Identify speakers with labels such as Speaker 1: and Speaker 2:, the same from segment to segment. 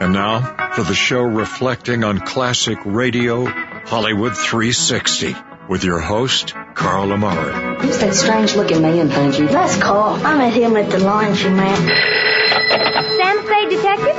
Speaker 1: And now for the show reflecting on classic radio, Hollywood 360, with your host, Carl Amari.
Speaker 2: Who's that strange looking man, Bungie?
Speaker 3: That's Carl. I met him at the laundry, man.
Speaker 4: Sam Clay Detective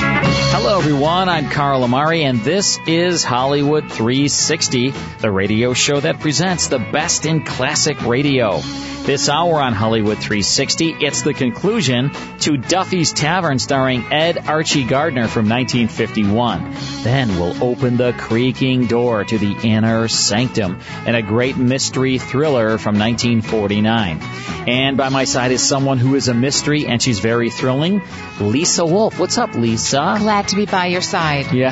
Speaker 5: Hello, everyone. I'm Carl Amari, and this is Hollywood 360, the radio show that presents the best in classic radio. This hour on Hollywood 360, it's the conclusion to Duffy's Tavern starring Ed Archie Gardner from 1951. Then we'll open the creaking door to the inner sanctum and a great mystery thriller from 1949. And by my side is someone who is a mystery and she's very thrilling, Lisa Wolf. What's up, Lisa?
Speaker 6: Glad to be by your side.
Speaker 5: Yeah.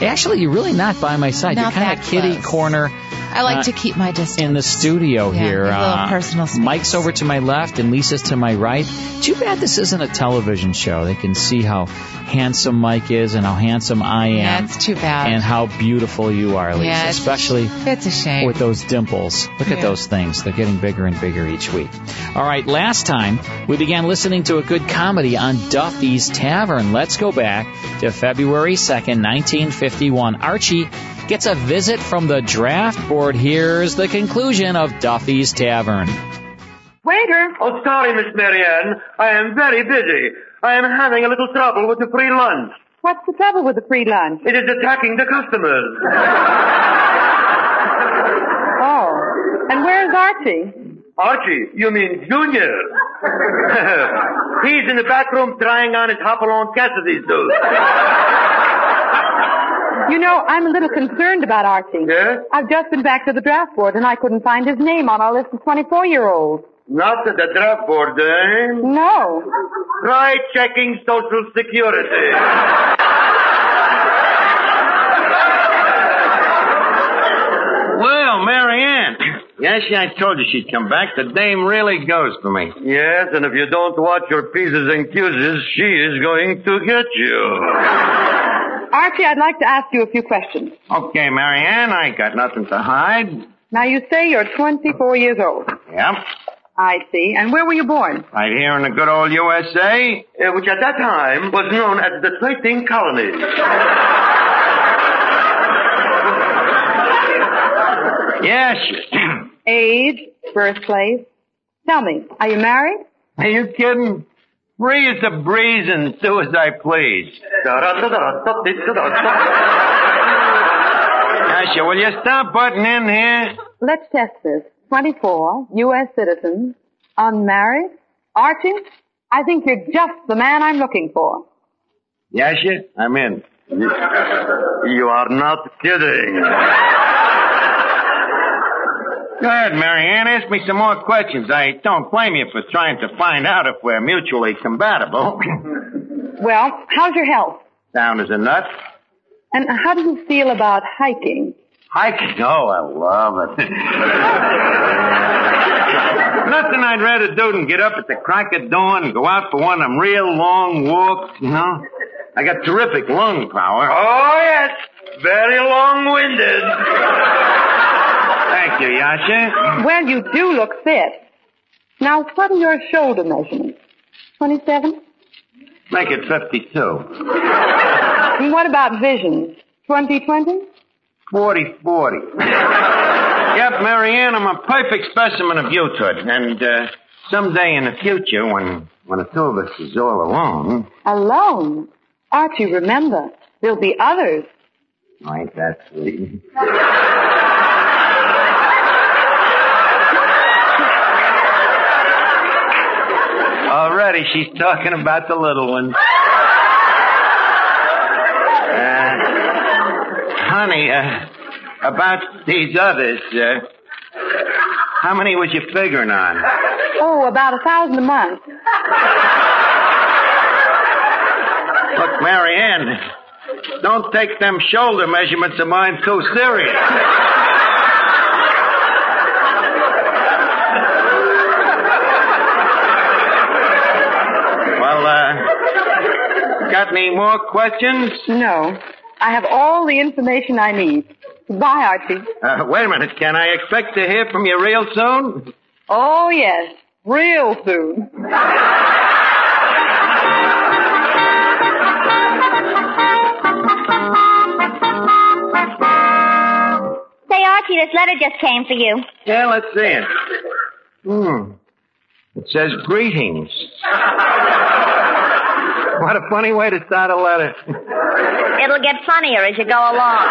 Speaker 5: Actually, you're really not by my side.
Speaker 6: Not
Speaker 5: you're kind
Speaker 6: that
Speaker 5: of kitty
Speaker 6: close.
Speaker 5: corner
Speaker 6: I like
Speaker 5: Uh,
Speaker 6: to keep my distance.
Speaker 5: in the studio
Speaker 6: Yeah,
Speaker 5: here. uh,
Speaker 6: a little personal space.
Speaker 5: Mike's over to my left and Lisa's to my right. Too bad this isn't a television show. They can see how handsome Mike is and how handsome I am.
Speaker 6: yeah, it's too bad.
Speaker 5: and how beautiful you are, Lisa.
Speaker 6: Yeah, it's-
Speaker 5: Especially
Speaker 6: it's a shame.
Speaker 5: with those dimples. Look at
Speaker 6: Yeah.
Speaker 5: those things. They're getting bigger and bigger each week. All right, last time we began listening to a good comedy on Duffy's Tavern. Let's go back to February 2nd, 1951. Archie gets a visit from the draft board. Here's the conclusion of Duffy's Tavern.
Speaker 7: Waiter! Oh, sorry, Miss Marianne. I am very busy. I am having a little trouble with the free lunch.
Speaker 4: What's the trouble with the free lunch?
Speaker 7: It is attacking the customers.
Speaker 4: Oh. And where's Archie?
Speaker 7: Archie, you mean Junior. He's in the back room trying on his Hopalong Cassidy's suit.
Speaker 4: You know, I'm a little concerned about Archie.
Speaker 7: Yeah?
Speaker 4: I've just been back to the draft board and I couldn't find his name on our list of 24 year olds.
Speaker 7: Not at the draft board, eh?
Speaker 4: No.
Speaker 7: Try checking Social Security.
Speaker 8: Well, Marianne. Yes, yeah, I told you she'd come back. The dame really goes for me.
Speaker 7: Yes, and if you don't watch your pieces and cues, she is going to get you.
Speaker 4: Archie, I'd like to ask you a few questions.
Speaker 8: Okay, Marianne, I got nothing to hide.
Speaker 4: Now, you say you're 24 years old.
Speaker 8: Yep.
Speaker 4: I see. And where were you born?
Speaker 8: Right here in the good old USA.
Speaker 7: Uh, Which at that time was known as the trading colony.
Speaker 8: Yes. you-
Speaker 4: Age, birthplace. Tell me, are you married?
Speaker 8: Are you kidding? Free as a breeze and do as I please. Asha, will you stop butting in here?
Speaker 4: Let's test this. 24, U.S. citizen, unmarried. Archie, I think you're just the man I'm looking for.
Speaker 8: Yasha, I'm in.
Speaker 7: You are not kidding.
Speaker 8: Go ahead, Marianne. Ask me some more questions. I don't blame you for trying to find out if we're mutually compatible.
Speaker 4: Well, how's your health?
Speaker 8: Down as a nut.
Speaker 4: And how do you feel about hiking?
Speaker 8: Hiking. Oh, I love it. Nothing I'd rather do than get up at the crack of dawn and go out for one of them real long walks, you know? I got terrific lung power.
Speaker 7: Oh, yes. Very long-winded.
Speaker 8: Thank you, Yasha.
Speaker 4: Well, you do look fit. Now, what are your shoulder measurements? 27?
Speaker 8: Make it 52.
Speaker 4: And what about vision? 2020?
Speaker 8: 40 40. yep, Marianne, I'm a perfect specimen of youthhood. And, uh, someday in the future, when, when the two of us is all alone,
Speaker 4: Alone? Archie, remember, there'll be others.
Speaker 8: ain't that sweet? Already she's talking about the little one. Uh, honey, uh, about these others, uh, how many was you figuring on?
Speaker 4: Oh, about a thousand a month.
Speaker 8: Look, Marianne, don't take them shoulder measurements of mine too serious. uh, Got any more questions?
Speaker 4: No. I have all the information I need. Goodbye, Archie.
Speaker 8: Uh, wait a minute. Can I expect to hear from you real soon?
Speaker 4: Oh, yes. Real soon.
Speaker 9: Say, Archie, this letter just came for you.
Speaker 8: Yeah, let's see it. Hmm. It says greetings. What a funny way to start a letter.
Speaker 9: It'll get funnier as you go along.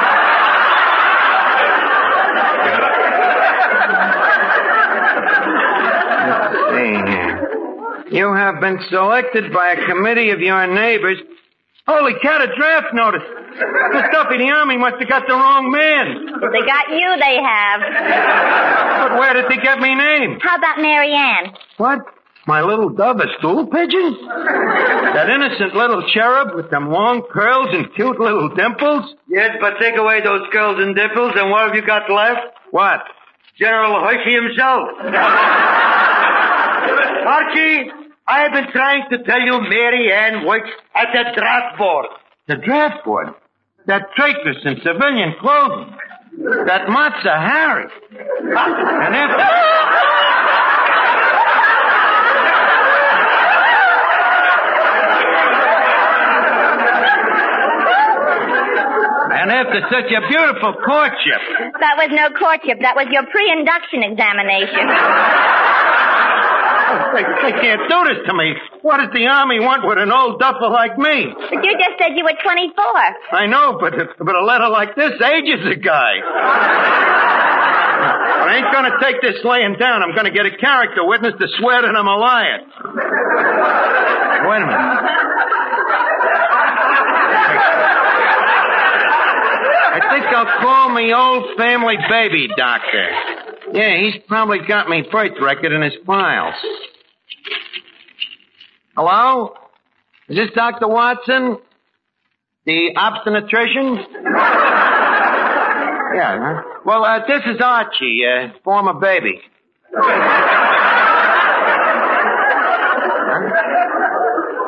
Speaker 8: See. You have been selected by a committee of your neighbors. Holy cat, a draft notice. The stuffy in the army must have got the wrong man.
Speaker 9: They got you, they have.
Speaker 8: But where did they get me name?
Speaker 9: How about Mary Ann?
Speaker 8: What? My little dove, a stool pigeon? That innocent little cherub with them long curls and cute little dimples?
Speaker 7: Yes, but take away those curls and dimples, and what have you got left?
Speaker 8: What?
Speaker 7: General Hershey himself. Archie, I have been trying to tell you Mary Ann works at the draft board.
Speaker 8: The draft board? That traitress in civilian clothing? That matzah Harry? and if... And after such a beautiful courtship,
Speaker 9: That was no courtship. That was your pre-induction examination.
Speaker 8: They, they can't do this to me. What does the army want with an old duffer like me?
Speaker 9: But you just said you were 24.
Speaker 8: I know, but but a letter like this ages a guy. I ain't gonna take this laying down. I'm gonna get a character witness to swear that I'm a liar. Wait a minute. I think I'll call me old family baby doctor. Yeah, he's probably got me birth record in his files. Hello? Is this Dr. Watson? The obstetrician? yeah, huh? Well, uh, this is Archie, uh, former baby. Well,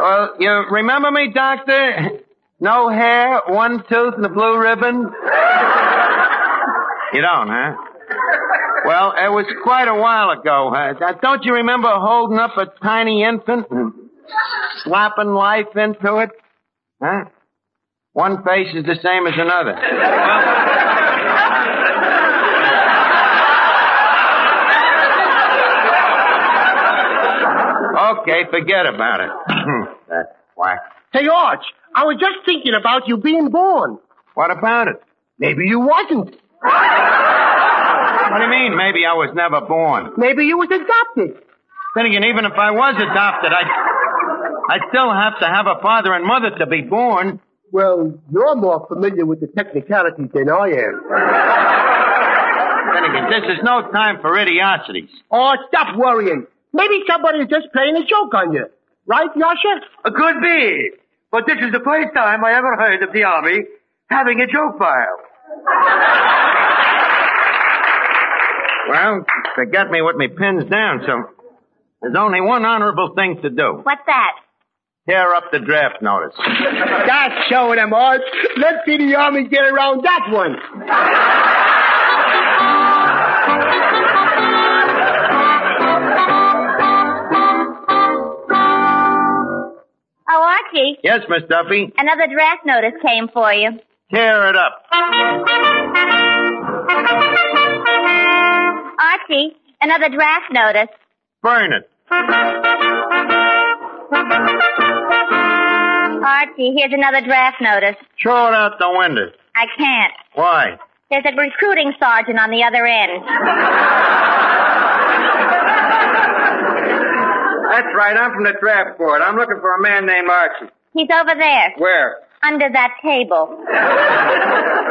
Speaker 8: Uh, you remember me, Doctor? No hair, one tooth, and a blue ribbon? You don't, huh? Well, it was quite a while ago. Uh, don't you remember holding up a tiny infant and slapping life into it? Huh? One face is the same as another. Okay, forget about it. that whack.
Speaker 10: Hey, Arch, I was just thinking about you being born.
Speaker 8: What about it?
Speaker 10: Maybe you wasn't.
Speaker 8: What do you mean? Maybe I was never born.
Speaker 10: Maybe you was adopted.
Speaker 8: Then again, even if I was adopted, I, I still have to have a father and mother to be born.
Speaker 10: Well, you're more familiar with the technicalities than I am.
Speaker 8: Then again, this is no time for idiocies.
Speaker 10: Oh, stop worrying. Maybe somebody is just playing a joke on you. Right, Yasha?
Speaker 7: Uh, Could be, but this is the first time I ever heard of the army having a joke file.
Speaker 8: Well, they got me with me pins down, so there's only one honorable thing to do.
Speaker 9: What's that?
Speaker 8: Tear up the draft notice.
Speaker 10: That's showing them, Arch. Uh, Let's see the army get around that one.
Speaker 9: Oh, Archie,
Speaker 8: Yes, Miss Duffy?
Speaker 9: another draft notice came for you.
Speaker 8: Tear it up.
Speaker 9: Archie, another draft notice.
Speaker 8: Burn it.
Speaker 9: Archie, here's another draft notice.
Speaker 8: Throw it out the window.
Speaker 9: I can't.
Speaker 8: Why?
Speaker 9: There's a recruiting sergeant on the other end.
Speaker 7: That's right, I'm from the draft board. I'm looking for a man named Archie.
Speaker 9: He's over there,
Speaker 7: Where?
Speaker 9: under that table.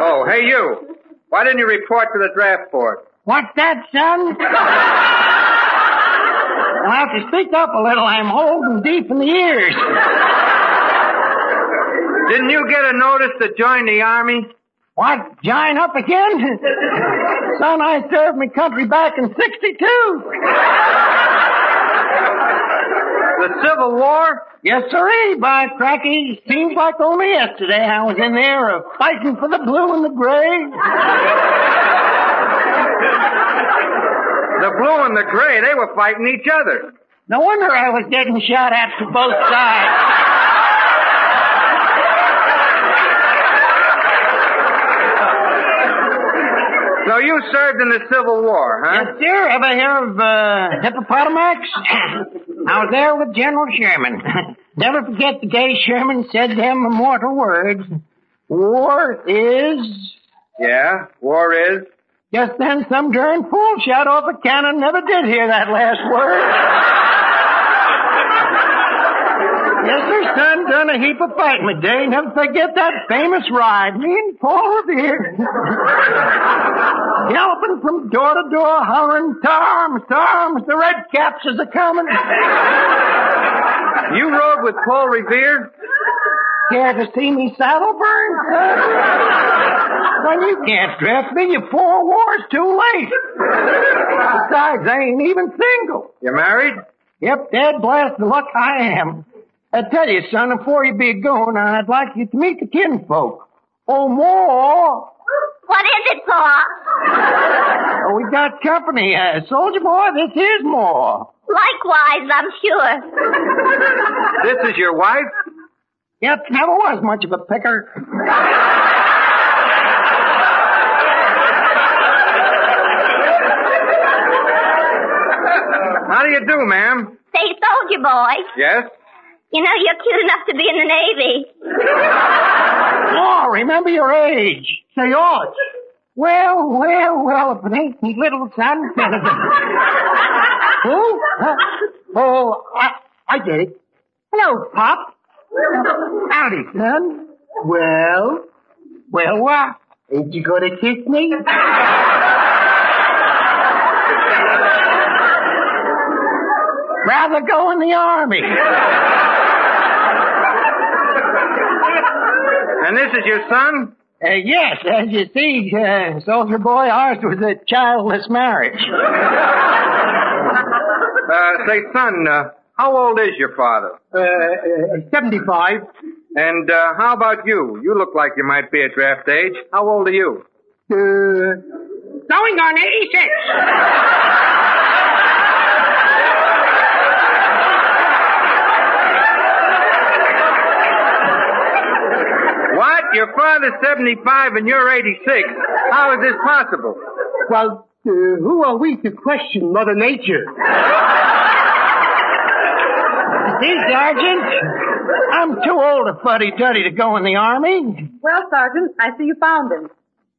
Speaker 7: Oh, hey you. Why didn't you report to the draft board?
Speaker 8: What's that, son? I'll have to speak up a little. I'm holding deep in the ears.
Speaker 7: Didn't you get a notice to join the army?
Speaker 8: What? Join up again? Son, I served my country back in 62.
Speaker 7: The Civil War? Yes, sir, by cracky. Seems like only yesterday I was in there uh, fighting for the blue and the gray.
Speaker 11: The blue and the gray, they were fighting each other.
Speaker 7: No wonder I was getting shot at from both sides.
Speaker 11: So you served in the Civil War, huh?
Speaker 7: Yes, sir. Ever hear of uh, Hippopotamus? I was there with General Sherman. Never forget the day Sherman said them immortal words. War is...
Speaker 11: Yeah, war is.
Speaker 7: Just then some darn fool shot off a cannon. Never did hear that last word. yes, sir, son. Done a heap of fighting today. Never forget that famous ride. Me and Paul Revere. galloping from door to door, hollering, Tom, Tom, the red caps is a coming.
Speaker 11: You rode with Paul Revere?
Speaker 7: Care to see me saddle burn? Well, you can't draft me. Your four wars too late. Besides, I ain't even single.
Speaker 11: You married?
Speaker 7: Yep, Dad, blast the luck I am. I tell you, son, before you be going, I'd like you to meet the kinfolk. Oh, more.
Speaker 9: What is it, Pa?
Speaker 7: Oh, we got company. Uh, Soldier boy, this is more.
Speaker 9: Likewise, I'm sure.
Speaker 11: This is your wife?
Speaker 7: Yep, never was much of a picker.
Speaker 11: How do you do, ma'am?
Speaker 9: Say, soldier boy,
Speaker 11: Yes?
Speaker 9: you know you're cute enough to be in the Navy.
Speaker 7: Oh, remember your age. Say oh, yours. Well, well, well, if it ain't me little son. Who? Huh? Oh, I, I get it. Hello, Pop. Howdy, son. Well, well, what? Ain't you gonna kiss me? Rather go in the army.
Speaker 11: And this is your son?
Speaker 7: Uh, yes, as you see, uh, soldier boy, ours was a childless marriage.
Speaker 11: Uh, say, son, uh, how old is your father?
Speaker 7: Uh, uh, 75.
Speaker 11: And uh, how about you? You look like you might be at draft age. How old are you?
Speaker 7: Uh, going on 86.
Speaker 11: What? Your father's 75 and you're 86. How is this possible?
Speaker 8: Well, uh, who are we to question Mother Nature?
Speaker 7: See, Sergeant, I'm too old a fuddy-duddy to go in the army.
Speaker 4: Well, Sergeant, I see you found him.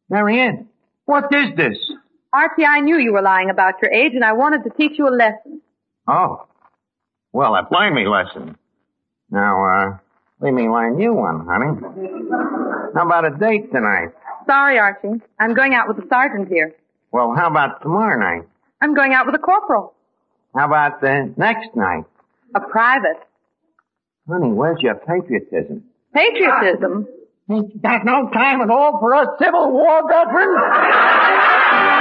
Speaker 7: Marianne, what is this?
Speaker 4: Archie, I knew you were lying about your age, and I wanted to teach you a lesson.
Speaker 7: Oh. Well, that blind me lesson. Now, uh, let me learn you one, honey. How about a date tonight?
Speaker 4: Sorry, Archie. I'm going out with the sergeant here.
Speaker 7: Well, how about tomorrow night?
Speaker 4: I'm going out with a corporal,
Speaker 7: How about the next night?
Speaker 4: a private.
Speaker 7: Honey, where's your patriotism?
Speaker 4: Patriotism?
Speaker 7: Ain't got no time at all for a Civil War veteran.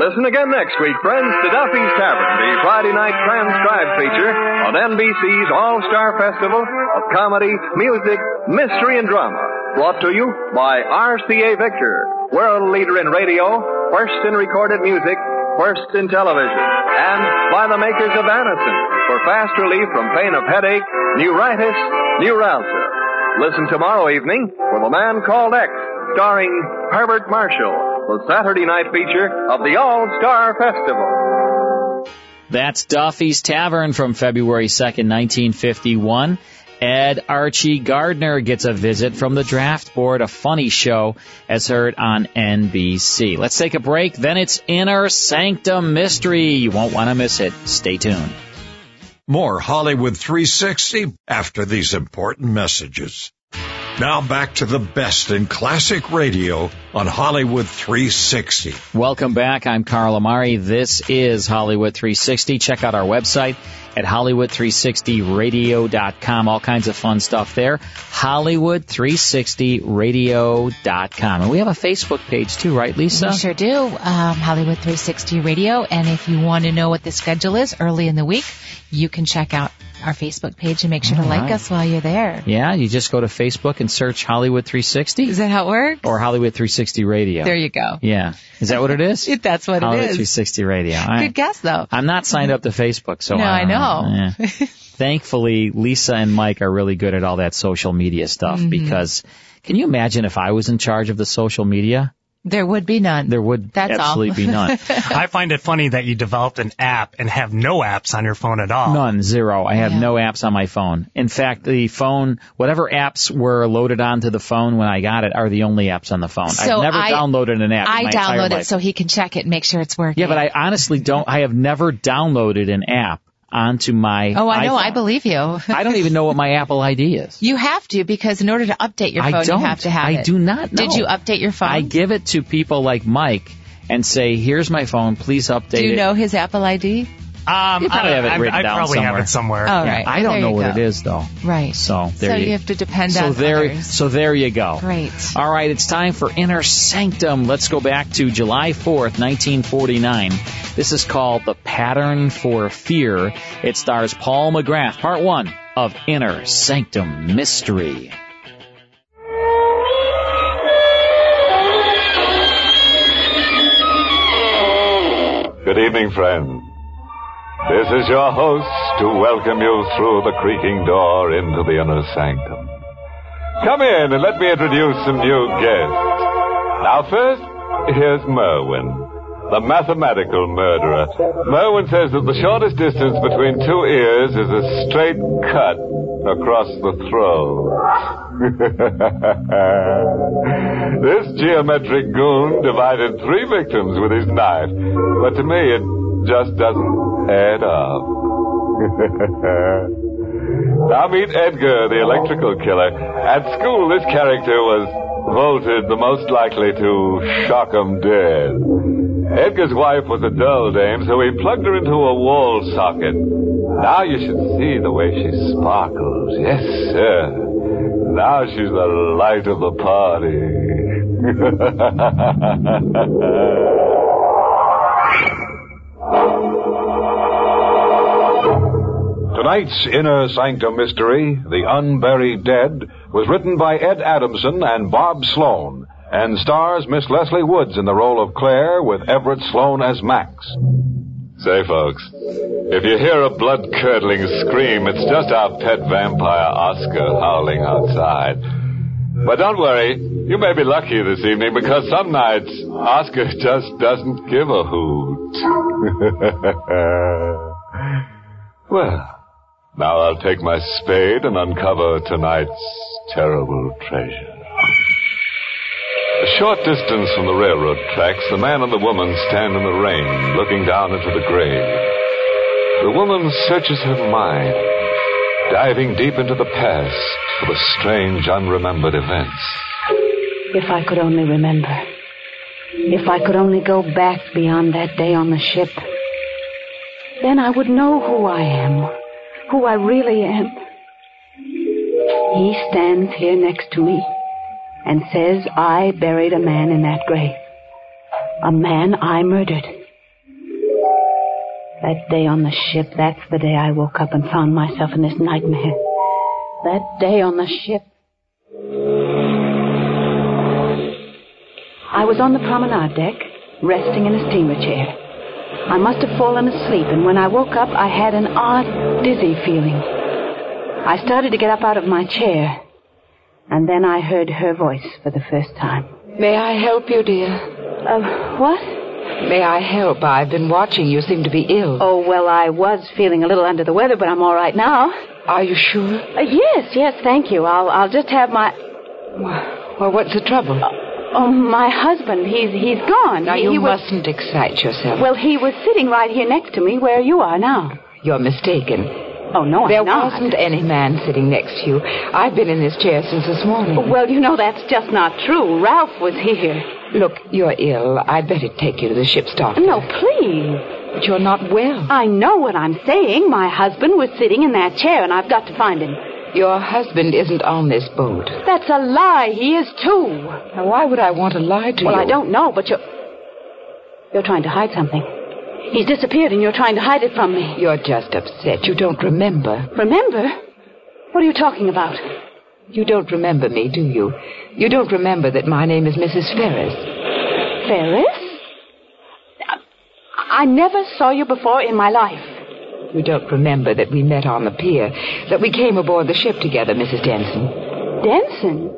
Speaker 12: Listen again next week, friends, to Duffy's Tavern, the Friday night transcribed feature on NBC's All Star Festival of Comedy, Music, Mystery, and Drama. Brought to you by RCA Victor, world leader in radio, first in recorded music, first in television, and by the makers of Anacin for fast relief from pain of headache, neuritis, neuralgia. Listen tomorrow evening for The Man Called X, starring Herbert Marshall, the Saturday night feature of the All Star Festival.
Speaker 5: That's Duffy's Tavern from February 2nd, 1951. Ed Archie Gardner gets a visit from the draft board, a funny show as heard on NBC. Let's take a break, then it's Inner Sanctum Mystery. You won't want to miss it. Stay tuned.
Speaker 1: More Hollywood 360 after these important messages. Now back to the best in classic radio on Hollywood 360.
Speaker 5: Welcome back. I'm Carl Amari. This is Hollywood 360. Check out our website at Hollywood360radio.com. All kinds of fun stuff there. Hollywood360radio.com. And we have a Facebook page too, right, Lisa?
Speaker 6: We sure do. Um, Hollywood 360 Radio. And if you want to know what the schedule is early in the week, you can check out our Facebook page and make sure to
Speaker 5: All
Speaker 6: like
Speaker 5: right.
Speaker 6: us while you're there.
Speaker 5: Yeah, you just go to Facebook and search Hollywood 360.
Speaker 6: Is that how it works?
Speaker 5: Or Hollywood 360 Radio.
Speaker 6: There you go.
Speaker 5: Yeah. Is that what it is?
Speaker 6: If that's what
Speaker 5: Hollywood
Speaker 6: it is.
Speaker 5: 360 Radio. All right.
Speaker 6: Good guess though.
Speaker 5: I'm not signed up to Facebook, so
Speaker 6: No,
Speaker 5: I, don't
Speaker 6: I know.
Speaker 5: Yeah. Thankfully, Lisa and Mike are really good at all that social media stuff
Speaker 6: Mhm.
Speaker 5: because can you imagine if I was in charge of the social media?
Speaker 6: There would be none.
Speaker 5: There would
Speaker 6: That's
Speaker 5: absolutely
Speaker 6: all.
Speaker 5: be none.
Speaker 13: I find it funny that you developed an app and have no apps on your phone at
Speaker 6: Oh.
Speaker 13: all.
Speaker 5: None, zero. I have no apps on my phone. In fact, the phone, whatever apps were loaded onto the phone when I got it are the only apps on the phone.
Speaker 6: So
Speaker 5: I've never
Speaker 6: I-
Speaker 5: downloaded an app. in
Speaker 6: I
Speaker 5: my entire
Speaker 6: download
Speaker 5: life.
Speaker 6: it so he can check it and make sure it's working.
Speaker 5: Yeah, but I honestly don't. I have never downloaded an app onto my.
Speaker 6: oh, I know.
Speaker 5: iPhone.
Speaker 6: I believe you.
Speaker 5: I don't even know what my Apple ID is.
Speaker 6: You have to because in order to update your
Speaker 5: I
Speaker 6: phone,
Speaker 5: don't.
Speaker 6: you have to have
Speaker 5: I
Speaker 6: it.
Speaker 5: do not know.
Speaker 6: Did you update your phone?
Speaker 5: I give it to people like Mike and say, "Here's my phone. Please update
Speaker 6: do you
Speaker 5: it."
Speaker 6: know his Apple ID?
Speaker 13: Um,
Speaker 5: You probably
Speaker 13: I,
Speaker 5: have it
Speaker 13: I-
Speaker 5: written
Speaker 13: I
Speaker 5: down
Speaker 13: probably
Speaker 5: somewhere.
Speaker 13: have it somewhere.
Speaker 6: Oh,
Speaker 5: Yeah,
Speaker 6: right.
Speaker 5: I don't
Speaker 6: There
Speaker 5: know
Speaker 6: you
Speaker 5: what
Speaker 6: go.
Speaker 5: it is though.
Speaker 6: Right.
Speaker 5: So there
Speaker 6: so
Speaker 5: you,
Speaker 6: you have to depend
Speaker 5: so
Speaker 6: on
Speaker 5: there,
Speaker 6: others.
Speaker 5: so there you go.
Speaker 6: Great.
Speaker 5: All right, it's time for Inner Sanctum. Let's go back to July 4th, 1949. This is called The Pattern for Fear. It stars Paul McGrath, part one of Inner Sanctum Mystery.
Speaker 14: Good evening, friends. This is your host to welcome you through the creaking door into the inner sanctum. Come in and let me introduce some new guests. Now, first, here's Merwin, the mathematical murderer. Merwin says that the shortest distance between two ears is a straight cut across the throat. this geometric goon divided three victims with his knife, but to me, it just doesn't add up. Now meet Edgar, the electrical killer. At school, this character was voted the most likely to shock 'em dead. Edgar's wife was a dull dame, so he plugged her into a wall socket. Now you should see the way she sparkles. Yes, sir. Now she's the light of the party.
Speaker 15: Tonight's Inner Sanctum Mystery, The Unburied Dead, was written by Ed Adamson and Bob Sloan, and stars Miss Leslie Woods in the role of Claire with Everett Sloan as Max.
Speaker 14: Say, folks, if you hear a blood curdling scream, it's just our pet vampire Oscar howling outside. But don't worry, you may be lucky this evening because some nights Oscar just doesn't give a hoot. well, now I'll take my spade and uncover tonight's terrible treasure. A short distance from the railroad tracks, the man and the woman stand in the rain, looking down into the grave. The woman searches her mind, diving deep into the past for the strange, unremembered events.
Speaker 2: If I could only remember. If I could only go back beyond that day on the ship. Then I would know who I am. Who I really am. He stands here next to me and says I buried a man in that grave. A man I murdered. That day on the ship, that's the day I woke up and found myself in this nightmare. That day on the ship. I was on the promenade deck, resting in a steamer chair. I must have fallen asleep, and when I woke up, I had an odd, dizzy feeling. I started to get up out of my chair, and then I heard her voice for the first time.
Speaker 16: May I help you, dear? Uh, what? May I help? I've been watching. You seem to be ill.
Speaker 2: Oh, well, I was feeling a little under the weather, but I'm all right now.
Speaker 16: Are you sure?
Speaker 2: Uh, yes, yes, thank you. I'll, I'll just have my.
Speaker 16: Well, what's the trouble?
Speaker 2: Oh, my husband, he's, he's gone.
Speaker 16: now,
Speaker 2: He-
Speaker 16: you
Speaker 2: he was-
Speaker 16: mustn't excite yourself.
Speaker 2: Well, he was sitting right here next to me where you are now.
Speaker 16: You're mistaken.
Speaker 2: Oh, no,
Speaker 16: there
Speaker 2: I'm not.
Speaker 16: wasn't any man sitting next to you. I've been in this chair since this morning.
Speaker 2: Well, you know that's just not true. Ralph was here.
Speaker 16: Look, you're ill. I'd better take you to the ship's doctor.
Speaker 2: No, please.
Speaker 16: But you're not well.
Speaker 2: I know what I'm saying. My husband was sitting in that chair, and I've got to find him.
Speaker 16: Your husband isn't on this boat.
Speaker 2: That's a lie. He is too.
Speaker 16: Now, why would I want to lie to
Speaker 2: well,
Speaker 16: you?
Speaker 2: I don't know, but you're. You're trying to hide something. He's disappeared, and you're trying to hide it from me.
Speaker 16: You're just upset. You don't remember.
Speaker 2: Remember? What are you talking about?
Speaker 16: You don't remember me, do you? You don't remember that my name is Mrs. Ferris.
Speaker 2: Ferris? I never saw you before in my life.
Speaker 16: You don't remember that we met on the pier, that we came aboard the ship together, Mrs. Denson.
Speaker 2: Denson?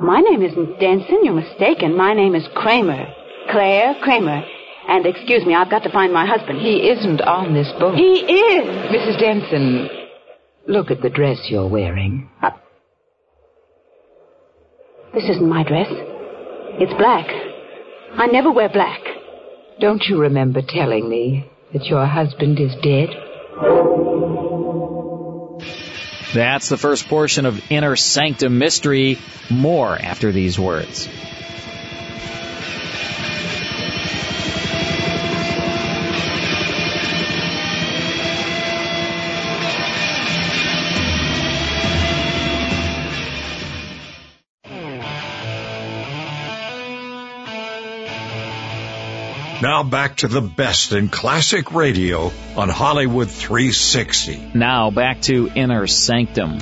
Speaker 2: My name isn't Denson. You're mistaken. My name is Kramer. Claire Kramer. And excuse me, I've got to find my husband.
Speaker 16: He isn't on this boat.
Speaker 2: He is.
Speaker 16: Mrs. Denson, look at the dress you're wearing.
Speaker 2: Uh, This isn't my dress. It's black. I never wear black.
Speaker 16: Don't you remember telling me that your husband is dead?
Speaker 5: That's the first portion of Inner Sanctum Mystery. More after these words.
Speaker 1: Now back to the best in classic radio on Hollywood 360.
Speaker 5: Now back to Inner Sanctum.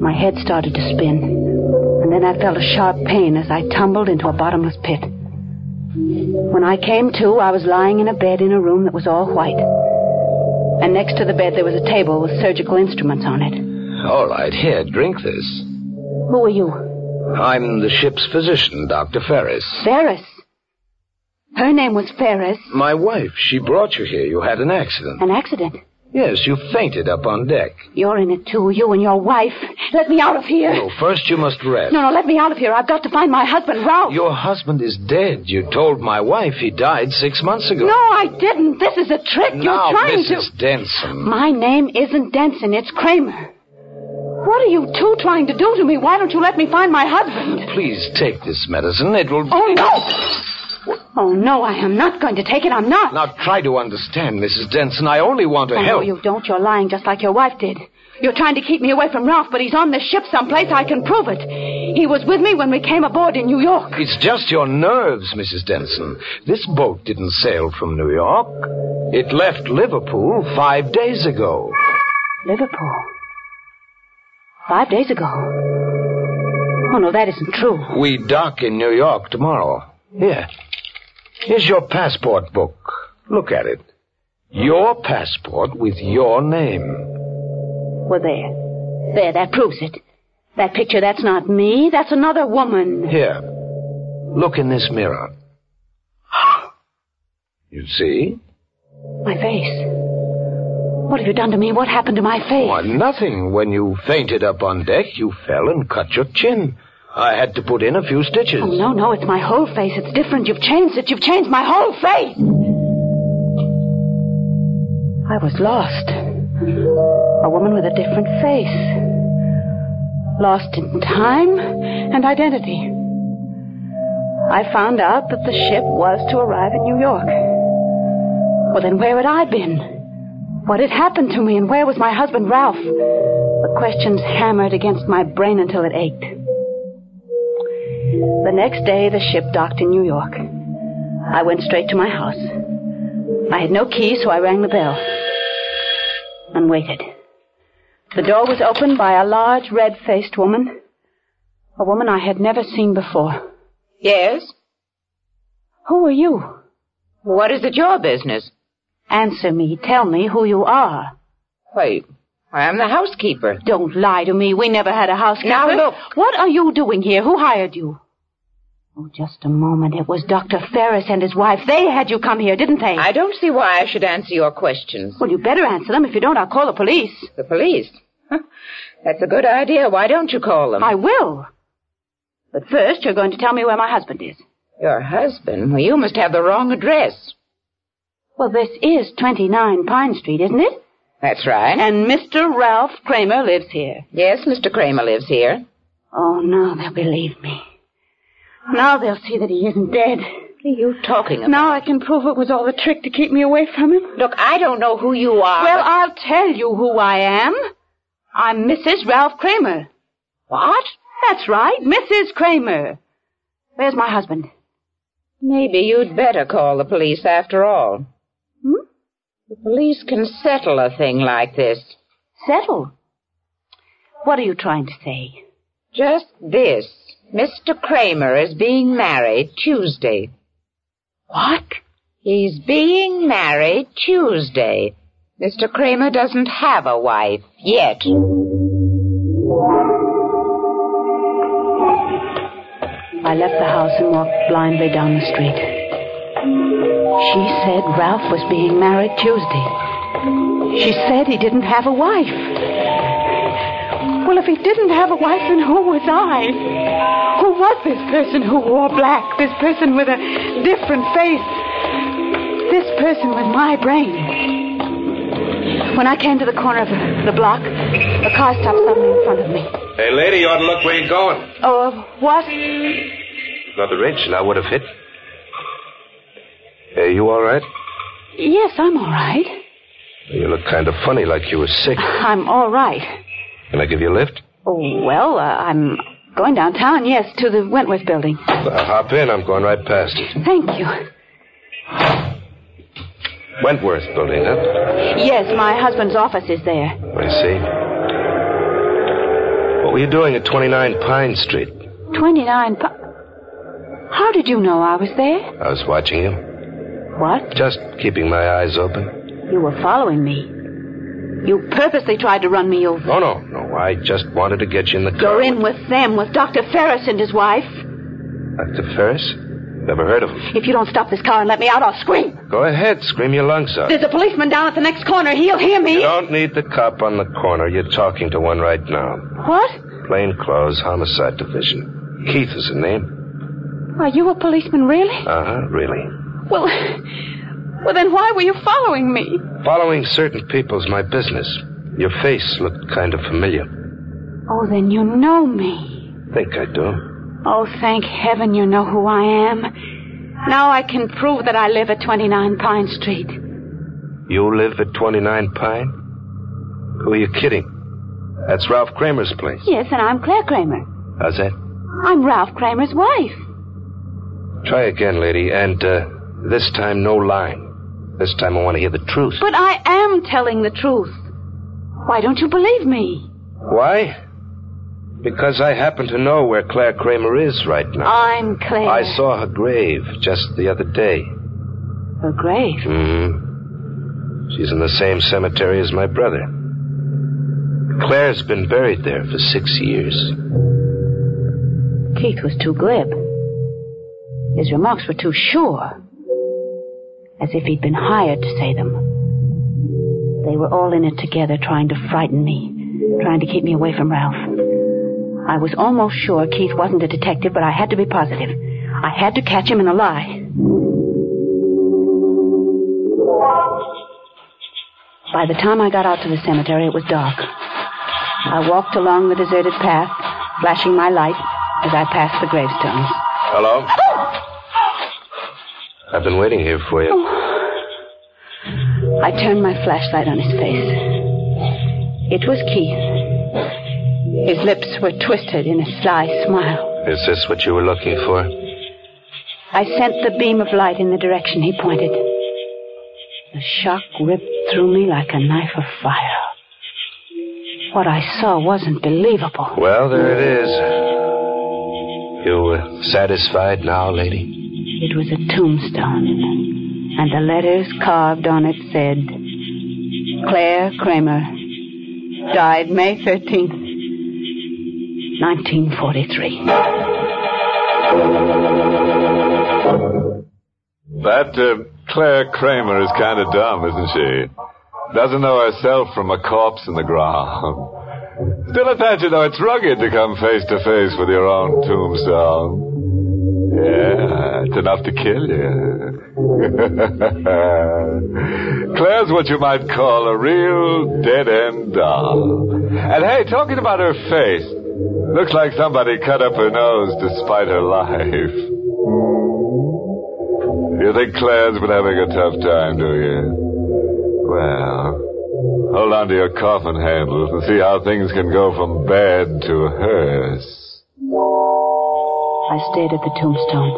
Speaker 2: My head started to spin. And then I felt a sharp pain as I tumbled into a bottomless pit. When I came to, I was lying in a bed in a room that was all white. And next to the bed, there was a table with surgical instruments on it.
Speaker 17: All right, here, drink this.
Speaker 2: Who are you?
Speaker 17: I'm the ship's physician, Dr. Ferris.
Speaker 2: Ferris. Her name was Ferris.
Speaker 17: My wife, she brought you here. You had an accident.
Speaker 2: An accident.
Speaker 17: Yes, you fainted up on deck.
Speaker 2: You're in it too, you and your wife. Let me out of here.
Speaker 17: Oh, first you must rest.
Speaker 2: No, no, let me out of here. I've got to find my husband, Ralph.
Speaker 17: Your husband is dead. You told my wife he died six months ago.
Speaker 2: No, I didn't. This is a trick.
Speaker 17: now,
Speaker 2: You're trying
Speaker 17: Mrs.
Speaker 2: to.
Speaker 17: Denson.
Speaker 2: My name isn't Denson. It's Kramer. What are you two trying to do to me? Why don't you let me find my husband?
Speaker 17: Please take this medicine. It will.
Speaker 2: Oh, no. Oh, no, I am not going to take it. I'm not.
Speaker 17: Now try to understand, Mrs. Denson. I only want to
Speaker 2: oh, no,
Speaker 17: help.
Speaker 2: you don't. You're lying just like your wife did. You're trying to keep me away from Ralph, but he's on the ship someplace. I can prove it. He was with me when we came aboard in New York.
Speaker 17: It's just your nerves, Mrs. Denson. This boat didn't sail from New York. It left Liverpool five days ago.
Speaker 2: Liverpool. Five days ago. Oh, no, that isn't true.
Speaker 17: We dock in New York tomorrow. Here. Here's your passport book. Look at it. Your passport with your name.
Speaker 2: Well, there. There, that proves it. That picture, that's not me. That's another woman.
Speaker 17: Here. Look in this mirror. You see?
Speaker 2: My face. What have you done to me? What happened to my face?
Speaker 17: Why, nothing. When you fainted up on deck, you fell and cut your chin. I had to put in a few stitches.
Speaker 2: Oh, no, no, it's my whole face. It's different. You've changed it. You've changed my whole face. I was lost. A woman with a different face. Lost in time and identity. I found out that the ship was to arrive in New York. Well, then where had I been? What had happened to me, and where was my husband Ralph? The questions hammered against my brain until it ached. The next day, the ship docked in New York. I went straight to my house. I had no key, so I rang the bell and waited. The door was opened by a large, red faced woman, a woman I had never seen before.
Speaker 16: Yes?
Speaker 2: Who are you?
Speaker 16: What is it your business?
Speaker 2: Answer me. Tell me who you are.
Speaker 16: Wait, I am the housekeeper.
Speaker 2: Don't lie to me. We never had a housekeeper.
Speaker 16: Now look.
Speaker 2: What are you doing here? Who hired you? Oh, just a moment. It was Dr. Ferris and his wife. They had you come here, didn't they?
Speaker 16: I don't see why I should answer your questions.
Speaker 2: Well, you better answer them. If you don't, I'll call the police.
Speaker 16: The police? Huh. That's a good idea. Why don't you call them?
Speaker 2: I will. But first, you're going to tell me where my husband is.
Speaker 16: Your husband? Well, you must have the wrong address.
Speaker 2: Well, this is 29 Pine Street, isn't it?
Speaker 18: That's right.
Speaker 2: And Mr. Ralph Kramer lives here.
Speaker 18: Yes, Mr. Kramer lives here.
Speaker 2: Oh, no, they'll believe me. Now they'll see that he isn't dead.
Speaker 18: What are you talking about?
Speaker 2: Now I can prove it was all a trick to keep me away from him.
Speaker 18: Look, I don't know who you are.
Speaker 2: Well, I'll tell you who I am. I'm Mrs. Ralph Kramer.
Speaker 18: What?
Speaker 2: That's right, Mrs. Kramer. Where's my husband?
Speaker 18: Maybe you'd better call the police after all.
Speaker 2: Hmm?
Speaker 18: The police can settle a thing like this.
Speaker 2: Settle? What are you trying to say?
Speaker 18: Just this. Mr. Kramer is being married Tuesday.
Speaker 2: What?
Speaker 18: He's being married Tuesday. Mr. Kramer doesn't have a wife yet.
Speaker 2: I left the house and walked blindly down the street. She said Ralph was being married Tuesday. She said he didn't have a wife. Well, if he didn't have a wife, then who was I? Who was this person who wore black? This person with a different face? This person with my brain? When I came to the corner of the, the block, a car stopped suddenly in front of me.
Speaker 19: Hey, lady, you ought to look where you're going.
Speaker 2: Oh, what?
Speaker 19: Not the ridge, and I would have hit. Hey, you all right?
Speaker 2: Yes, I'm all right.
Speaker 19: You look kind of funny, like you were sick.
Speaker 2: I'm all right.
Speaker 19: Can I give you a lift?
Speaker 2: Oh, well, uh, I'm going downtown, yes, to the Wentworth building.
Speaker 19: Now, hop in. I'm going right past it.
Speaker 2: Thank you.
Speaker 19: Wentworth building, huh?
Speaker 2: Yes, my husband's office is there.
Speaker 19: I see. What were you doing at 29 Pine Street?
Speaker 2: 29 Pi- How did you know I was there?
Speaker 19: I was watching you.
Speaker 2: What?
Speaker 19: Just keeping my eyes open.
Speaker 2: You were following me. You purposely tried to run me over.
Speaker 19: No, no, no. Oh, I just wanted to get you in the car.
Speaker 2: You're in with them, with Dr. Ferris and his wife.
Speaker 19: Dr. Ferris? Never heard of him.
Speaker 2: If you don't stop this car and let me out, I'll scream.
Speaker 19: Go ahead, scream your lungs out.
Speaker 2: There's a policeman down at the next corner. He'll hear me.
Speaker 19: You don't need the cop on the corner. You're talking to one right now.
Speaker 2: What?
Speaker 19: Plainclothes Homicide Division. Keith is the name.
Speaker 2: Are you a policeman, really?
Speaker 19: Uh huh, really.
Speaker 2: Well, well, then why were you following me?
Speaker 19: Following certain people's my business. Your face looked kind of familiar.
Speaker 2: Oh, then you know me.
Speaker 19: Think I do.
Speaker 2: Oh, thank heaven you know who I am. Now I can prove that I live at 29 Pine Street.
Speaker 19: You live at 29 Pine? Who are you kidding? That's Ralph Kramer's place.
Speaker 2: Yes, and I'm Claire Kramer.
Speaker 19: How's that?
Speaker 2: I'm Ralph Kramer's wife.
Speaker 19: Try again, lady, and uh, this time no lying. This time I want to hear the truth.
Speaker 2: But I am telling the truth. Why don't you believe me?
Speaker 19: Why? Because I happen to know where Claire Kramer is right now.
Speaker 2: I'm Claire.
Speaker 19: I saw her grave just the other day.
Speaker 2: Her grave?
Speaker 19: hmm She's in the same cemetery as my brother. Claire's been buried there for six years.
Speaker 2: Keith was too glib. His remarks were too sure. As if he'd been hired to say them. They were all in it together, trying to frighten me, trying to keep me away from Ralph. I was almost sure Keith wasn't a detective, but I had to be positive. I had to catch him in a lie. By the time I got out to the cemetery, it was dark. I walked along the deserted path, flashing my light as I passed the gravestones.
Speaker 19: Hello? I've been waiting here for you.
Speaker 2: I turned my flashlight on his face. It was Keith. His lips were twisted in a sly smile.
Speaker 19: Is this what you were looking for?
Speaker 2: I sent the beam of light in the direction he pointed. The shock ripped through me like a knife of fire. What I saw wasn't believable.
Speaker 19: Well, there it is. You uh, satisfied now, lady?
Speaker 2: It was a tombstone, and the letters carved on it said, Claire Kramer, died May 13th, 1943.
Speaker 14: That uh, Claire Kramer is kind of dumb, isn't she? Doesn't know herself from a corpse in the ground. Still, I fancy though it's rugged to come face to face with your own tombstone. Yeah, it's enough to kill you. Claire's what you might call a real dead end doll. And hey, talking about her face, looks like somebody cut up her nose to spite her life. You think Claire's been having a tough time, do you? Well, hold on to your coffin handles and see how things can go from bad to worse.
Speaker 2: I stared at the tombstone,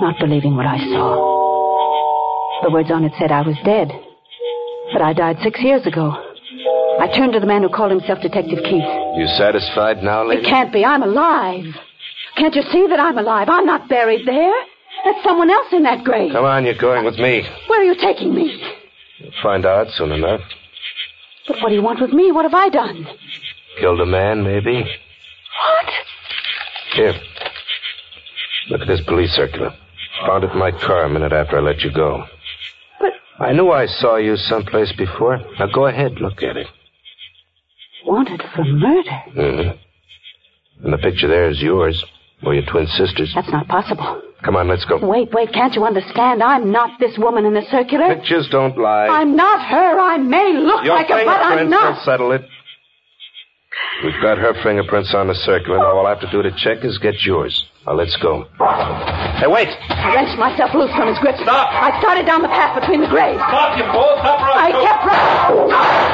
Speaker 2: not believing what I saw. The words on it said I was dead, but I died six years ago. I turned to the man who called himself Detective Keith.
Speaker 19: You satisfied now,
Speaker 2: It
Speaker 19: lady?
Speaker 2: can't be. I'm alive. Can't you see that I'm alive? I'm not buried there. There's someone else in that grave.
Speaker 19: Come on, you're going with me.
Speaker 2: Where are you taking me?
Speaker 19: You'll find out soon enough.
Speaker 2: But what do you want with me? What have I done?
Speaker 19: Killed a man, maybe.
Speaker 2: What?
Speaker 19: Here. Look at this police circular. Found it in my car a minute after I let you go. But. I knew I saw you someplace before. Now go ahead, look at it.
Speaker 2: Wanted for murder?
Speaker 19: Mm-hmm. And the picture there is yours, or your twin sister's.
Speaker 2: That's not possible.
Speaker 19: Come on, let's go.
Speaker 2: Wait, wait, can't you understand? I'm not this woman in the circular.
Speaker 19: Pictures don't lie.
Speaker 2: I'm not her. I may look
Speaker 19: Your
Speaker 2: Oh, like her, but I'm
Speaker 19: fingerprints
Speaker 2: not.
Speaker 19: will settle it. We've got her fingerprints on the circular. Now all I have to do to check is get yours. Now let's go. Hey, wait!
Speaker 2: I wrenched myself loose from his grip. Stop! I started down the path between the graves.
Speaker 3: Stop, you fool! Stop
Speaker 2: I kept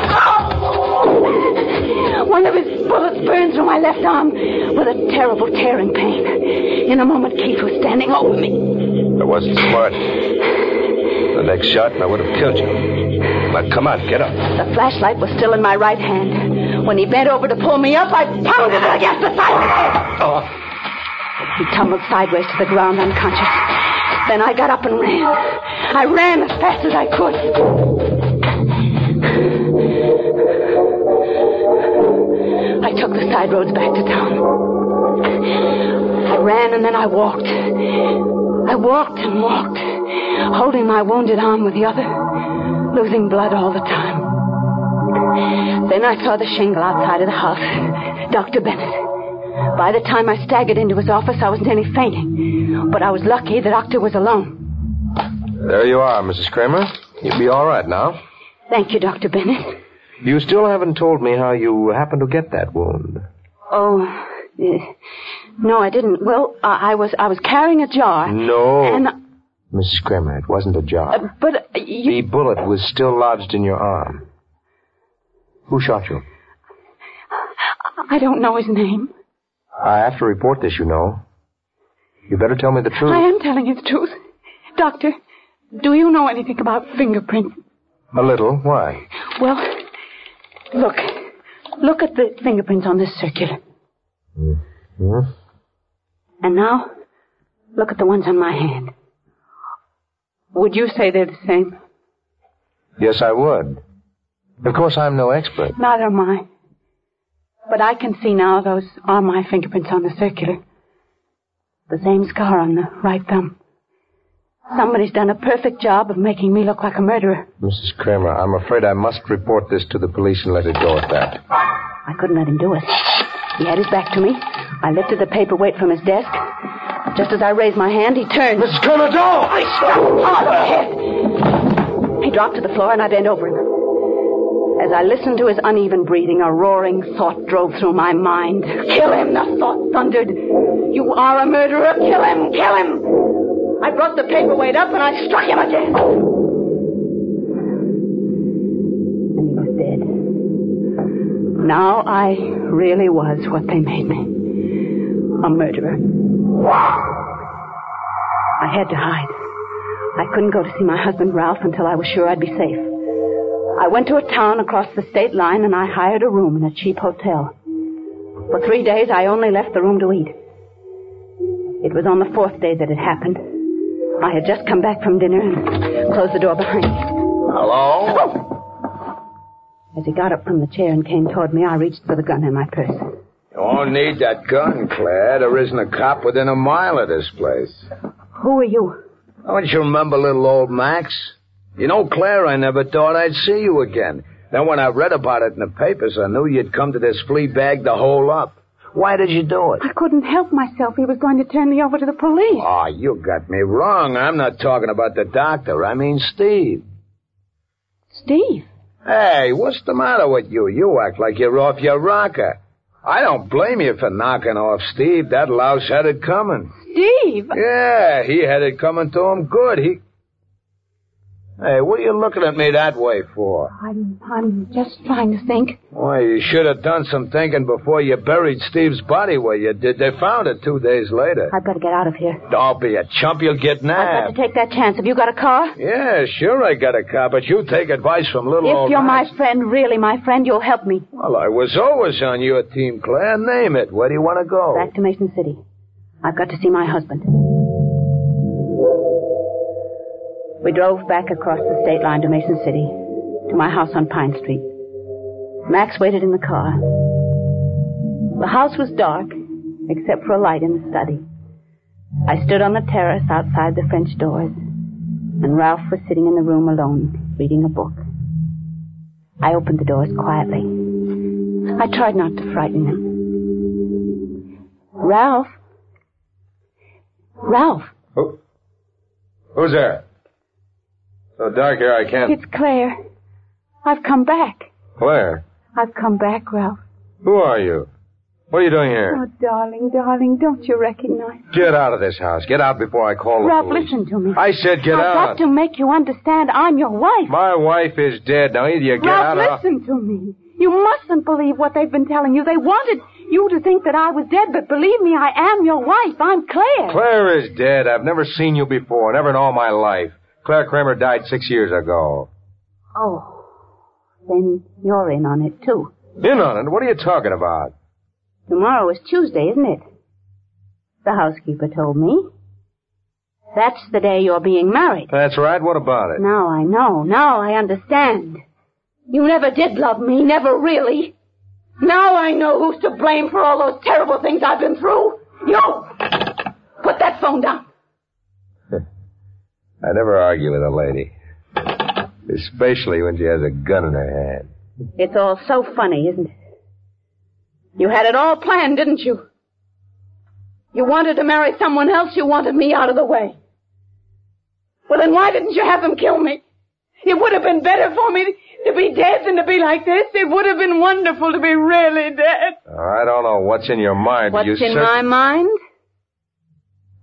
Speaker 2: running. One of his bullets burned through my left arm with a terrible tear and pain. In a moment, Keith was standing over me.
Speaker 19: I wasn't smart. The next shot, and I would have killed you. Now, come on, get up.
Speaker 2: The flashlight was still in my right hand. When he bent over to pull me up, I pounded it against the side of the head.
Speaker 19: Oh.
Speaker 2: He tumbled sideways to the ground unconscious. Then I got up and ran. I ran as fast as I could. I took the side roads back to town. I ran and then I walked. I walked and walked, holding my wounded arm with the other, losing blood all the time. Then I saw the shingle outside of the house. Dr. Bennett. By the time I staggered into his office, I was nearly fainting. But I was lucky the doctor was alone.
Speaker 19: There you are, Mrs. Kramer. You'll be all right now.
Speaker 2: Thank you, Dr. Bennett.
Speaker 19: You still haven't told me how you happened to get that wound.
Speaker 2: Oh, eh, no, I didn't. Well, I, I was I was carrying a jar.
Speaker 19: No.
Speaker 2: And
Speaker 19: Mrs. Kramer, it wasn't a jar.
Speaker 2: uh, but uh, you,
Speaker 19: The bullet was still lodged in your arm. Who shot you?
Speaker 2: I don't know his name.
Speaker 19: I have to report this, you know. You better tell me the truth.
Speaker 2: I am telling you the truth, Doctor. Do you know anything about fingerprints?
Speaker 19: A little. Why?
Speaker 2: Well, look, look at the fingerprints on this circular.
Speaker 19: Hmm?
Speaker 2: And now, look at the ones on my hand. Would you say they're the same?
Speaker 19: Yes, I would. Of course, I'm no expert.
Speaker 2: Neither am I. But I can see now those are my fingerprints on the circular. The same scar on the right thumb. Somebody's done a perfect job of making me look like a murderer.
Speaker 19: Mrs. Kramer, I'm afraid I must report this to the police and let it go at that.
Speaker 2: I couldn't let him do it. He had his back to me. I lifted the paperweight from his desk. Just as I raised my hand, he turned. Mrs.
Speaker 19: Kramer, do
Speaker 2: I struck him hard on the head. He dropped to the floor, and I bent over him. As I listened to his uneven breathing, a roaring thought drove through my mind. Kill him, the thought thundered. You are a murderer. Kill him, kill him. I brought the paperweight up, and I struck him again. Now I really was what they made me a murderer. I had to hide. I couldn't go to see my husband Ralph until I was sure I'd be safe. I went to a town across the state line and I hired a room in a cheap hotel. For three days I only left the room to eat. It was on the fourth day that it happened. I had just come back from dinner and closed the door behind me.
Speaker 19: Hello?
Speaker 2: As he got up from the chair and came toward me, I reached for the gun in my purse.
Speaker 17: Don't need that gun, Claire. There isn't a cop within a mile of this place.
Speaker 2: Who are you?
Speaker 17: Don't you remember little old Max? You know, Claire, I never thought I'd see you again. Then when I read about it in the papers, I knew you'd come to this flea bag to hole up. Why did you do it?
Speaker 2: I couldn't help myself. He was going to turn me over to the police.
Speaker 17: Oh, you got me wrong. I'm not talking about the doctor. I mean Steve.
Speaker 2: Steve?
Speaker 17: Hey, what's the matter with you? You act like you're off your rocker. I don't blame you for knocking off Steve. That louse had it coming.
Speaker 2: Steve?
Speaker 17: Yeah, he had it coming to him good. He. Hey, what are you looking at me that way for?
Speaker 2: I'm, I'm just trying to think.
Speaker 17: Why, you should have done some thinking before you buried Steve's body where you did. They found it two days later.
Speaker 2: I'd better get out of here.
Speaker 17: Don't be a chump, you'll get
Speaker 2: I've got
Speaker 17: nabbed.
Speaker 2: to take that chance. Have you got a car?
Speaker 17: Yeah, sure I got a car, but you take advice from little
Speaker 2: if
Speaker 17: old
Speaker 2: you're my
Speaker 17: man.
Speaker 2: friend, really my friend, you'll help me.
Speaker 17: Well, I was always on your team, Claire. Name it. Where do you want to go?
Speaker 2: Back to Mason City. I've got to see my husband. We drove back across the state line to Mason City, to my house on Pine Street. Max waited in the car. The house was dark, except for a light in the study. I stood on the terrace outside the French doors, and Ralph was sitting in the room alone, reading a book. I opened the doors quietly. I tried not to frighten him. Ralph? Ralph,
Speaker 3: Who's there? So dark here, I can't.
Speaker 2: it's Claire. I've come back.
Speaker 3: Claire,
Speaker 2: I've come back, Ralph.
Speaker 3: who are you? What are you doing here?
Speaker 2: Oh, darling, darling, don't you recognize?
Speaker 3: Get out of this house. Get out before I call the
Speaker 2: Ralph,
Speaker 3: police.
Speaker 2: listen to me.
Speaker 3: I said get
Speaker 2: I've
Speaker 3: out.
Speaker 2: got to make you understand I'm your wife.
Speaker 3: My wife is dead. Now either you get
Speaker 2: Ralph,
Speaker 3: out or
Speaker 2: listen to me. You mustn't believe what they've been telling you. They wanted you to think that I was dead, but believe me, I am your wife. I'm Claire.
Speaker 3: Claire is dead. I've never seen you before. Never in all my life. Claire Kramer died six years ago.
Speaker 2: Oh, then you're in on it, too.
Speaker 3: In on it. What are you talking about?
Speaker 2: Tomorrow is Tuesday, isn't it? The housekeeper told me. That's the day you're being married.
Speaker 3: That's right. What about it?
Speaker 2: Now I know. Now I understand. You never did love me, never really. Now I know who's to blame for all those terrible things I've been through. You! Put that phone down.
Speaker 3: I never argue with a lady, especially when she has a gun in her hand.
Speaker 2: It's all so funny, isn't it? You had it all planned, didn't you? You wanted to marry someone else, you wanted me out of the way. Well, then why didn't you have them kill me? It would have been better for me to be dead than to be like this. It would have been wonderful to be really dead.
Speaker 3: I don't know what's in your mind. but
Speaker 2: What's
Speaker 3: you
Speaker 2: in
Speaker 3: cer-
Speaker 2: my mind?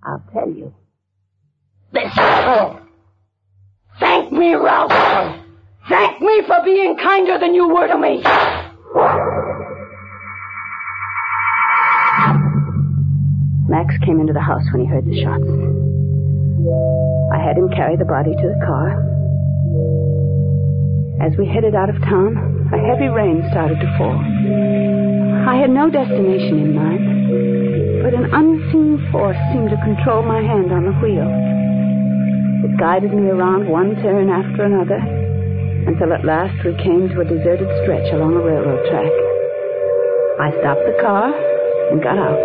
Speaker 2: I'll tell you. This. Thank me, Ralph. Thank me for being kinder than you were to me. Max came into the house when he heard the shots. I had him carry the body to the car. As we headed out of town, a heavy rain started to fall. I had no destination in mind, but an unseen force seemed to control my hand on the wheel. It guided me around one turn after another until at last we came to a deserted stretch along a railroad track. I stopped the car and got out.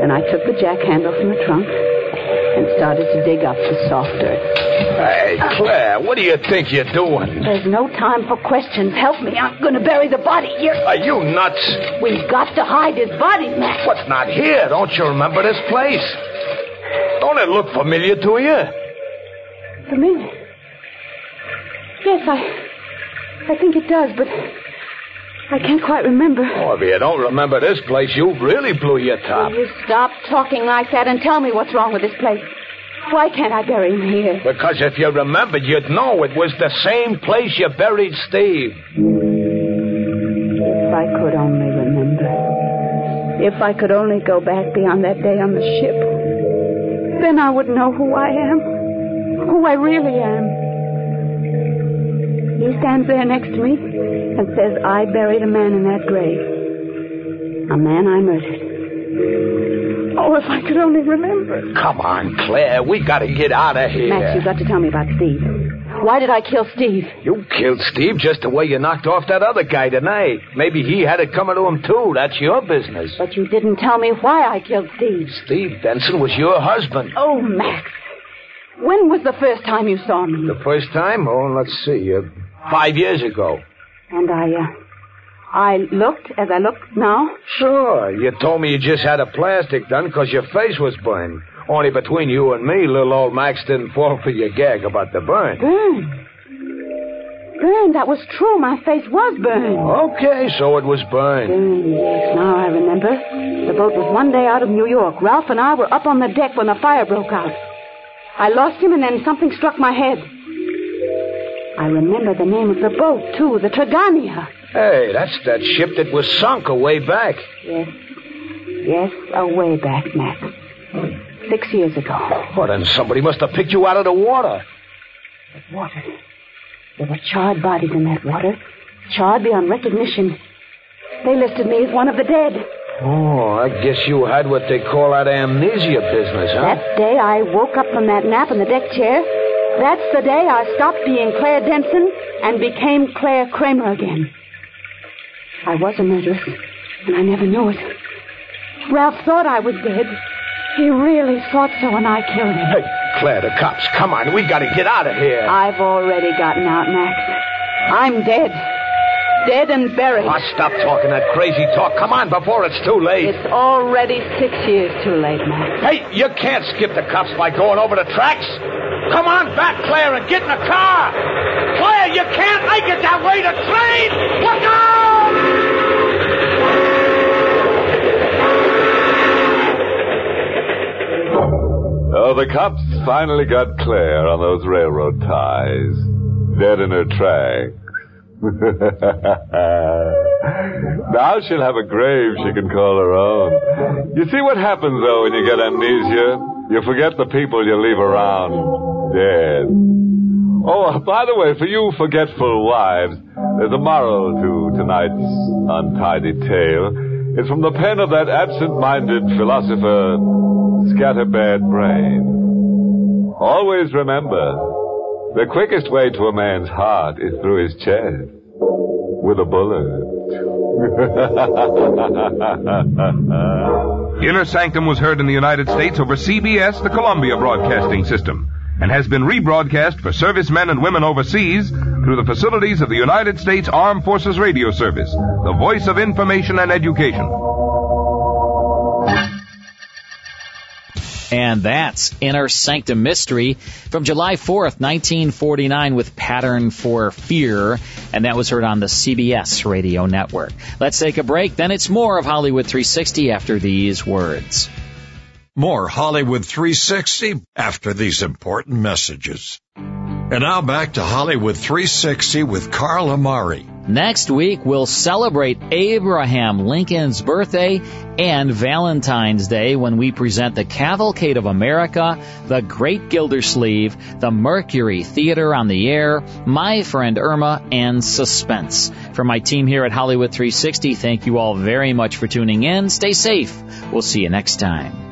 Speaker 2: Then I took the jack handle from the trunk and started to dig up the soft dirt.
Speaker 17: Hey, Claire, what do you think you're doing?
Speaker 2: There's no time for questions. Help me. I'm going to bury the body here.
Speaker 17: Are you nuts?
Speaker 2: We've got to hide his body, Max.
Speaker 17: What's not here? Don't you remember this place? Don't it look familiar to you?
Speaker 2: For me? Yes, I. I think it does, but I can't quite remember.
Speaker 17: Oh, if you don't remember this place, you really blew your top.
Speaker 2: Will you stop talking like that and tell me what's wrong with this place? Why can't I bury him here?
Speaker 17: Because if you remembered, you'd know it was the same place you buried Steve.
Speaker 2: If I could only remember. If I could only go back beyond that day on the ship, then I would know who I am, who I really am. He stands there next to me and says, I buried a man in that grave. A man I murdered. Oh, if I could only remember.
Speaker 17: Come on, Claire, we gotta get out of here.
Speaker 2: Max, you've got to tell me about Steve. Why did I kill Steve?
Speaker 17: You killed Steve just the way you knocked off that other guy tonight. Maybe he had it coming to him, too. That's your business.
Speaker 2: But you didn't tell me why I killed Steve.
Speaker 17: Steve Benson was your husband.
Speaker 2: Oh, Max. When was the first time you saw me?
Speaker 17: The first time? Oh, let's see. Uh, five years ago.
Speaker 2: And I, uh, I looked as I look now.
Speaker 17: Sure. Oh, You told me you just had a plastic done 'cause your face was burned. Only between you and me, little old Max didn't fall for your gag about the burn.
Speaker 2: Burned. Burned. That was true. My face was burned.
Speaker 17: Okay, so it was burned.
Speaker 2: Yes, now I remember. The boat was one day out of New York. Ralph and I were up on the deck when the fire broke out. I lost him, and then something struck my head. I remember the name of the boat, too, the Tregania.
Speaker 17: Hey, that's that ship that was sunk away back.
Speaker 2: Yes. Yes, away back, Max. Six years ago.
Speaker 17: Well, Oh, then somebody must have picked you out of the water.
Speaker 2: Water. There were charred bodies in that water. Charred beyond recognition. They listed me as one of the dead.
Speaker 17: Oh, I guess you had what they call that amnesia business, huh?
Speaker 2: That day I woke up from that nap in the deck chair. That's the day I stopped being Claire Denson and became Claire Kramer again. I was a murderess, and I never knew it. Ralph thought I was dead. He really thought so, and I killed him.
Speaker 17: Hey, Claire, the cops. Come on, we gotta get out of here.
Speaker 2: I've already gotten out, Max. I'm dead. Dead and buried.
Speaker 17: Ah, stop talking that crazy talk. Come on, before it's too late.
Speaker 2: It's already six years too late, Max.
Speaker 17: Hey, you can't skip the cops by going over the tracks. Come on back, Claire, and get in the car. Claire, you can't make it that way. The train! Look out!
Speaker 14: Oh, the cops finally got Claire on those railroad ties. Dead in her tracks. now she'll have a grave she can call her own. You see what happens, though, when you get amnesia? You forget the people you leave around dead. Oh, by the way, for you forgetful wives, there's a moral to tonight's untidy tale. It's from the pen of that absent-minded philosopher, Scatterbird Brain. Always remember, the quickest way to a man's heart is through his chest, with a bullet.
Speaker 20: Inner Sanctum was heard in the United States over CBS, the Columbia Broadcasting System, and has been rebroadcast for servicemen and women overseas through the facilities of the United States Armed Forces Radio Service, the voice of information and education.
Speaker 5: And that's Inner Sanctum Mystery from July 4th, 1949, with Pattern for Fear. And that was heard on the CBS radio network. Let's take a break. Then it's more of Hollywood 360 after these words.
Speaker 1: More Hollywood 360 after these important messages. And now back to Hollywood 360 with Carl Amari.
Speaker 5: Next week, we'll celebrate Abraham Lincoln's birthday and Valentine's Day when we present the Cavalcade of America, the Great Gildersleeve, the Mercury Theater on the Air, My Friend Irma, and Suspense. From my team here at Hollywood 360, thank you all very much for tuning in. Stay safe. We'll see you next time.